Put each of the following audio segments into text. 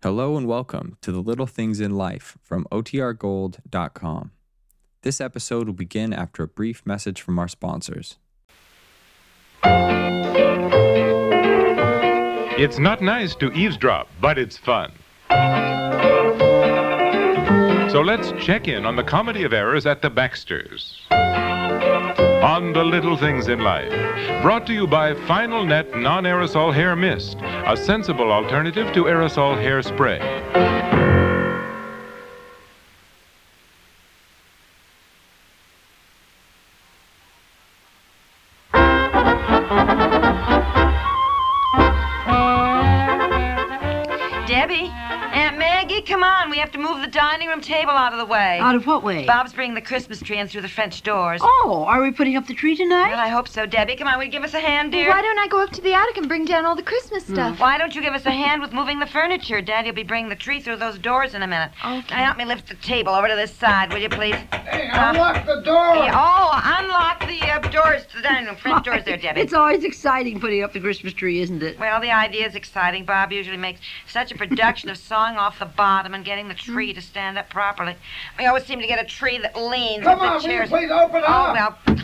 Hello and welcome to the Little Things in Life from OTRGold.com. This episode will begin after a brief message from our sponsors. It's not nice to eavesdrop, but it's fun. So let's check in on the comedy of errors at the Baxters. On the Little Things in Life. Brought to you by Final Net Non Aerosol Hair Mist, a sensible alternative to aerosol hairspray. Debbie, Aunt Maggie, come on. We have to move the dining room table out of the way. Out of what way? Bob's bringing the Christmas tree in through the French doors. Oh, are we putting up the tree tonight? Well, I hope so, Debbie. Come on, will you give us a hand, Well, dear? Why don't I go up to the attic and bring down all the Christmas Hmm. stuff? Why don't you give us a hand with moving the furniture? Daddy'll be bringing the tree through those doors in a minute. Okay. Now help me lift the table over to this side, will you, please? Hey, unlock the door. Yeah, oh, unlock the uh, doors to the dining room, French doors there, Debbie. It's always exciting putting up the Christmas tree, isn't it? Well, the idea is exciting. Bob usually makes such a production of sawing off the bottom and getting the tree to stand up properly. We always seem to get a tree that leans with Come the on, will you chairs. please open oh, up? well.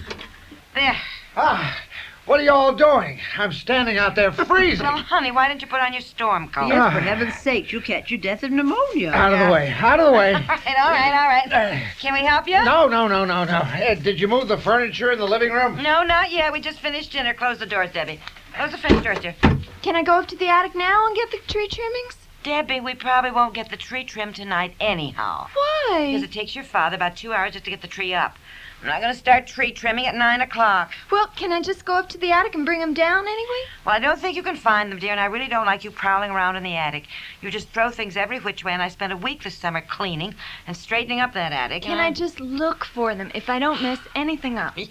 There. Ah, what are you all doing? I'm standing out there freezing. Well, honey, why didn't you put on your storm coat? Yes, for Ah. heaven's sakes, you'll catch your death of pneumonia. out of the way. Out of the way. Eh, All right, all right, all right. Can we help you? No, no, no, no, no. Ed, did you move the furniture in the living room? No, not yet. We just finished dinner. Close the doors, Debbie. Close the French doors, dear. Can I go up to the attic now and get the tree trimmings? Debbie, we probably won't get the tree trimmed tonight anyhow. Because Why? it takes your father about two hours just to get the tree up. I'm not going to start tree trimming at nine o'clock. Well, can I just go up to the attic and bring them down anyway? Well, I don't think you can find them, dear, and I really don't like you prowling around in the attic. You just throw things every which way, and I spent a week this summer cleaning and straightening up that attic. Can I just look for them if I don't mess anything up?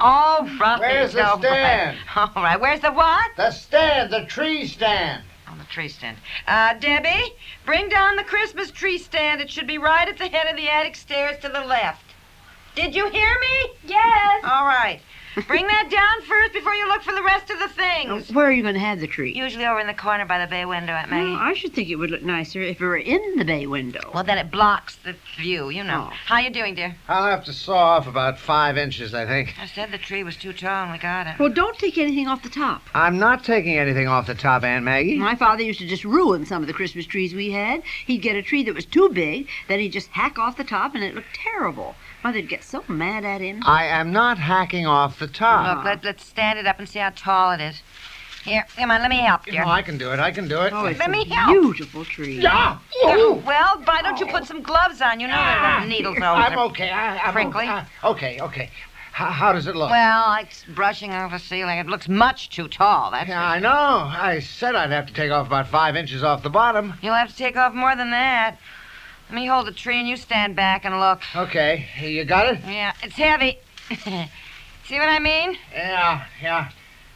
Yes. All right. Where's the all right. stand? All right. Where's the what? The stand, the tree stand. On the tree stand. Uh, Debbie, bring down the Christmas tree stand. It should be right at the head of the attic stairs to the left. Did you hear me? Yes. All right. Bring that down first before you look for the rest of the Oh, things. Where are you going to have the tree? Usually over in the corner by the bay window, Aunt Maggie. Well, I should think it would look nicer if it were in the bay window. Well, then it blocks the view, you know. Oh. How you doing, dear? I'll have to saw off about five inches, I think. I said the tree was too tall and we got it. Well, don't take anything off the top. I'm not taking anything off the top, Aunt Maggie. My father used to just ruin some of the Christmas trees we had. He'd get a tree that was too big, then he'd just hack off the top, and it looked terrible. Mother'd get so mad at him. I am not hacking off the top. Look, let, let's stand it up and see how tall it is. Here, come on, let me help, You know, dear. I can do it. I can do it. Oh, it's Let a me help. beautiful tree. Yeah. Ooh. Well, why don't you put some gloves on? You know that needles over. Ah. I'm okay. I, I'm Frankly? okay. Uh, okay. Okay. How, how does it look? Well, like brushing off a ceiling. It looks much too tall. That's Yeah, I know. I said I'd have to take off about five inches off the bottom. You'll have to take off more than that. Let me hold the tree and you stand back and look. Okay, you got it? Yeah, it's heavy. see what I mean? Yeah, yeah.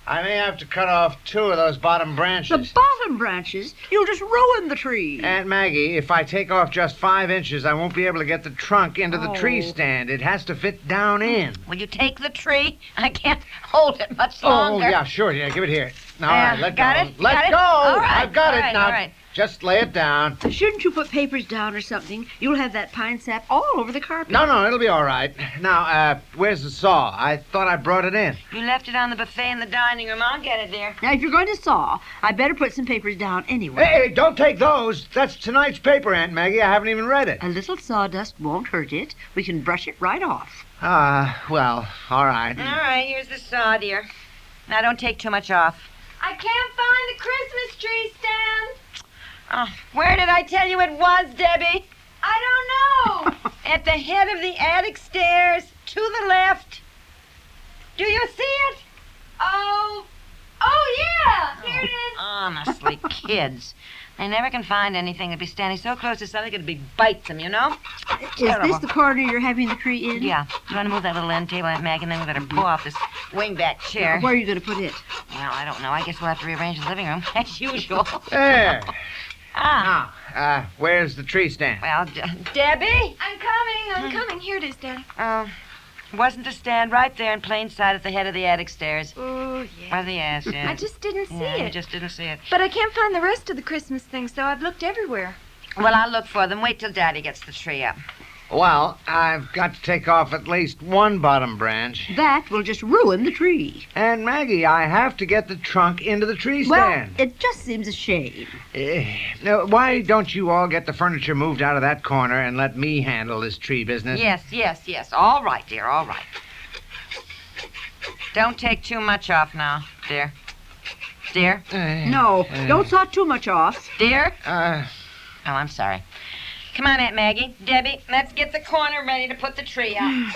I may have to cut off two of those bottom The branches. bottom branches, you'll just ruin the tree. Aunt Maggie, if I take off just five inches, I won't be able to get the trunk into the tree Oh. stand. It has to fit down in. Will you take the tree? I can't hold it much Oh, longer. yeah, sure. Yeah, give it here. All Yeah, right, let got go. it? You Let got it? go. All right, I've got all it right, now. all right. Just lay it down. Shouldn't you put papers down or something? You'll have that pine sap all over the carpet. No, no, it'll be all right. Now, uh, where's the saw? I thought I brought it in. You left it on the buffet in the dining room. I'll get it, dear. Now, if you're going to saw, I better put some papers down anyway. Hey, hey, don't take those. That's tonight's paper, Aunt Maggie. I haven't even read it. A little sawdust won't hurt it. We can brush it right off. Ah, well, all right. All right, here's the saw, dear. Now don't take too much off. I can't find the Christmas tree stand. Oh, where did I tell you it was, Debbie? I don't know. At the head of the attic stairs, to the left. Do you see it? oh, oh yeah, here it is. Oh, Honestly, kids. They never can find anything. They'd be standing so close to something it'd be bite them, you know? Mm-hmm. Is Terrible. this the corner you're having the tree in? Yeah. You want to move that little end table, Aunt Maggie, and then we better pull off this wingback chair. Where are you going to put it? Well, I don't know. I guess we'll have to rearrange the living room as usual. There. Ah. Now, uh, where's the tree stand? Well, De- Debbie? Hmm. I'm coming. I'm coming. Here it is, Dad. Um, Wasn't the stand right there in plain sight at the head of the attic stairs? Oh, yeah. By the ass, yeah. I just didn't see yeah, You it. just didn't see it. But I can't find the rest of the Christmas things, though. I've looked everywhere. Well, I'll look for them. Wait till Daddy gets the tree up. Well, I've got to take off at least one bottom branch. That will just ruin the tree. And Maggie, I have to get the trunk into the tree Well, stand. it just seems a shame. Eh, now, why don't you all get the furniture moved out of that corner and let me handle this tree Mm. business? Yes, yes, yes. All right, dear. All right. Don't take too much off now, dear. Dear, Eh, No, don't saw too much off. dear. Uh, Oh, I'm sorry. Come on, Aunt Maggie. Debbie, let's get the corner ready to put the tree up.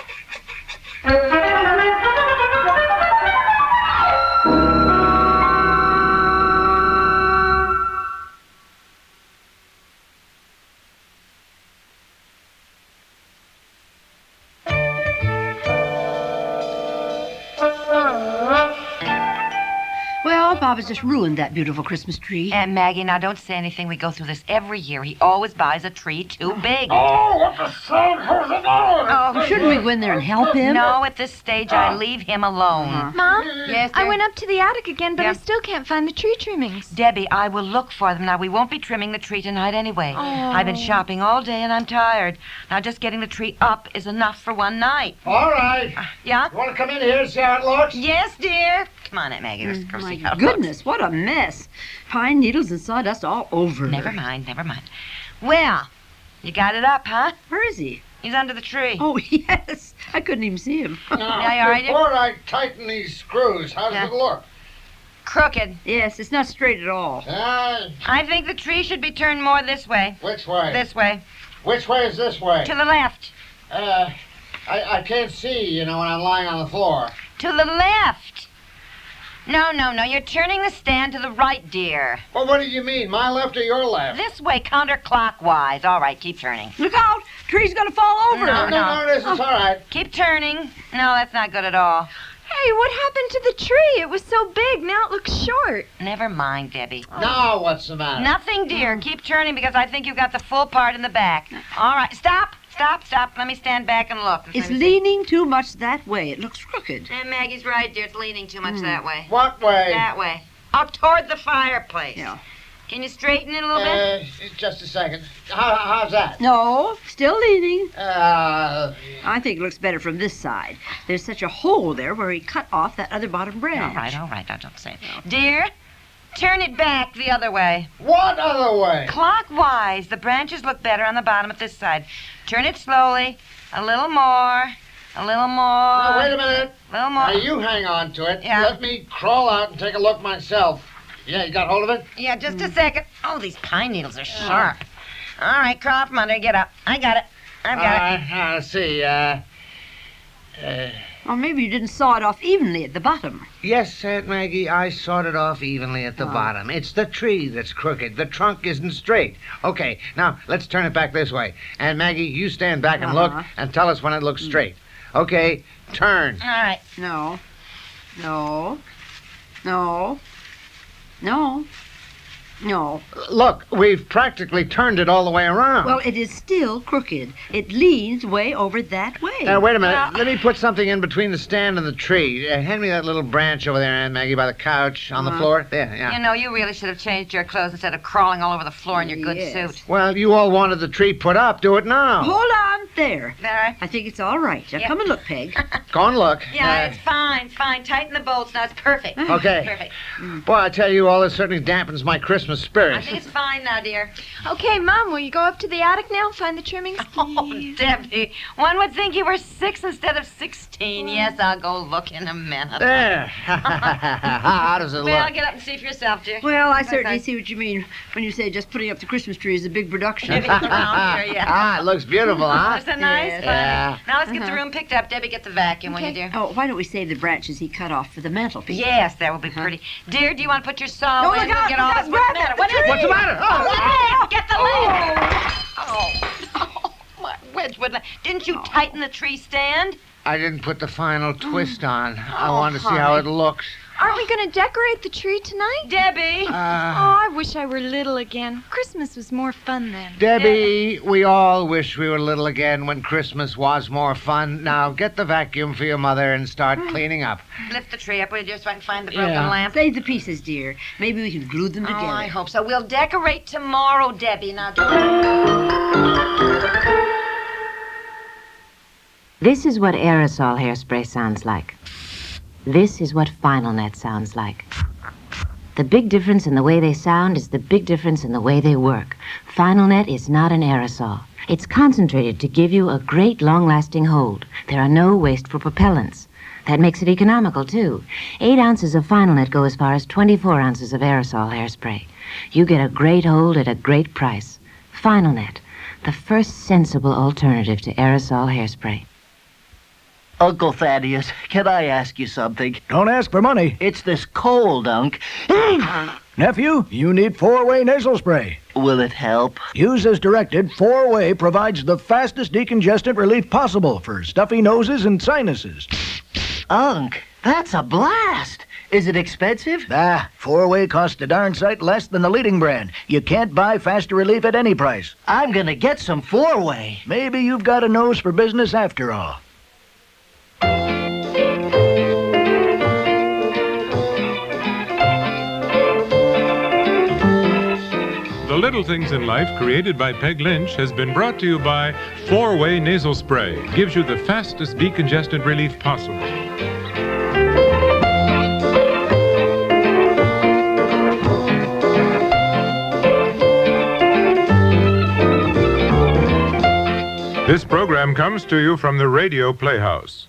Well, Bob has just ruined that beautiful Christmas tree. Aunt Maggie, now don't say anything. We go through this every year. He always buys a tree too big. Oh, what the sun has it Uh-huh. on? Oh, Shouldn't we go in there and help him? No, at this stage, I leave him alone. Uh-huh. Mom? Yes, I dear? went up to the attic again, but Yeah. I still can't find the tree trimmings. Debbie, I will look for them. Now, we won't be trimming the tree tonight anyway. I've been shopping all day and I'm tired. Now, just getting the tree up is enough for one night. All right. Uh, Yeah? You want to come in here and see how it looks? Yes, dear. Mm, Come on, Aunt Maggie. Let's go see how My it looks. goodness, what a mess. Pine needles and sawdust all over. Never mind, never mind. Well, you got it up, huh? Where is he? He's under the tree. Oh, yes. I couldn't even see him. Yeah, you all right? Before I tighten these screws, how does Yeah. it look? Crooked. yes, it's not straight at all. Uh, I think the tree should be turned more this way. which way? This way. Which way is this way? To the left. Uh, I, I can't see, you know, when I'm lying on the floor. To the left. No, no, no. You're turning the stand to the right, dear. Well, what do you mean, my left or your left? This way, counterclockwise. All right, keep turning. Look out! Tree's gonna fall over. No, Oh. no. no, this is all right. Keep turning. No, that's not good at all. Hey, what happened to the tree? It was so big. Now it looks short. Never mind, Debbie. Now what's the matter? Nothing, dear. Keep turning because I think you've got the full part in the back. All right, stop, stop, stop. Let me stand back and look. It's Let me see. leaning too much that way. It looks crooked. And Maggie's right, dear. It's leaning too Hmm. much that way. What way? That way. Up toward the fireplace. Yeah. Can you straighten it a little bit? Uh, just a second. How, how's that? No, still leaning. Uh, I think it looks better from this side. There's such a hole there where he cut off that other bottom All branch. right, all right. I don't say it. Dear, turn it back the other way. what other way? Clockwise. The branches look better on the bottom at this side. Turn it slowly. A little more. A little Now, wait more. a minute. A little Now, more. you hang on to it. Uh, Yeah. Let me crawl out and take a look myself. Yeah, you got hold of it? Yeah, just a second. Oh, these pine needles are sharp. All right, crawl from under. Get up. I got it. I've got it. Uh, uh, let's see. Uh, Or maybe you didn't saw it off evenly at the bottom. yes, Aunt Maggie, I sawed it off evenly at the Oh. bottom. It's the tree that's crooked. The trunk isn't straight. Okay, now let's turn it back this way. Aunt Maggie, you stand back and Uh-huh. look and tell us when it Mm. looks straight. Okay, turn. All right. No. No. No. No. No. Look, we've practically turned it all the way around. Well, it is still crooked. It leans way over that way. Now, wait a minute. Now- Let me put something in between the stand and the tree. Uh, hand me that little branch over there, Aunt Maggie, by the couch on the floor. There, yeah. Uh-huh. You know, you really should have changed your clothes instead of crawling all over the floor in your good Yes. suit. Well, you all wanted the tree put up. Do it now. Hold on there. All right. I think it's all right. Now Yeah. come and look, Peg. Go and look. Yeah, Uh, it's fine, fine. Tighten the bolts. Now it's perfect. Okay. Perfect. Uh, Boy, I tell you, all this certainly dampens my Christmas I spirit. think it's fine now, dear. Okay, Mom, will you go up to the attic now and find the trimmings? Oh, Debbie, one would think you were six instead of sixteen. Yes, I'll go look in a minute. There. How does it Well, look? get up and see for yourself, dear. Well, I Yes, certainly I- see what you mean when you say just putting up the Christmas tree is a big Maybe production. Uh, it's around here, yeah. ah, it looks beautiful, huh? Isn't that nice? Yes. Funny. Yeah. Now let's get the room picked up. Debbie, get the vacuum, will you, Uh-huh. Okay. dear? oh, why don't we save the branches he cut off for the Oh, mantelpiece? Yes, that will be pretty. Dear, do you want to put your saw No, in? look out, Get look all out, this. What's the grab it, matter? the What is What's the matter? Oh, Oh, lamp! Get the lamp! Oh, oh, my Wedgwood lamp. Didn't Oh. you tighten the tree stand? I didn't put the final twist on. I Oh, wanted to see how it looks. Aren't we going to decorate the tree tonight? Debbie! Uh, Oh, I wish I were little again. Christmas was more fun then. Debbie, we all wish we were little again when Christmas was more fun. Now get the vacuum for your mother and start Hmm. cleaning up. Lift the tree up with you so I can find the broken Yeah. lamp. Save the pieces, dear. Maybe we can glue them Oh, together. I hope so. We'll decorate tomorrow, Debbie. Now, This is what aerosol hairspray sounds like. This is what Final Net sounds like. The big difference in the way they sound is the big difference in the way they work. Final Net is not an aerosol. It's concentrated to give you a great long lasting hold. There are no wasteful propellants. That makes it economical, too. Eight ounces of Final Net go as far as 24 ounces of aerosol hairspray. You get a great hold at a great price. Final Net, the first sensible alternative to aerosol hairspray. Uncle Thaddeus, can I ask you something? Don't ask for money. It's this cold, Unc. Nephew, you need four way nasal spray. Will it help? Use as directed, four way provides the fastest decongestant relief possible for stuffy noses and sinuses. Unc, that's a blast. Is it expensive? Ah, four way costs a darn sight less than the leading brand. You can't buy faster relief at any price. I'm gonna get some four way. Maybe you've got a nose for business after all. The Little Things in Life, created by Peg Lynch, has been brought to you by Four Way Nasal Spray. Gives you the fastest decongestant relief possible. This program comes to you from the Radio Playhouse.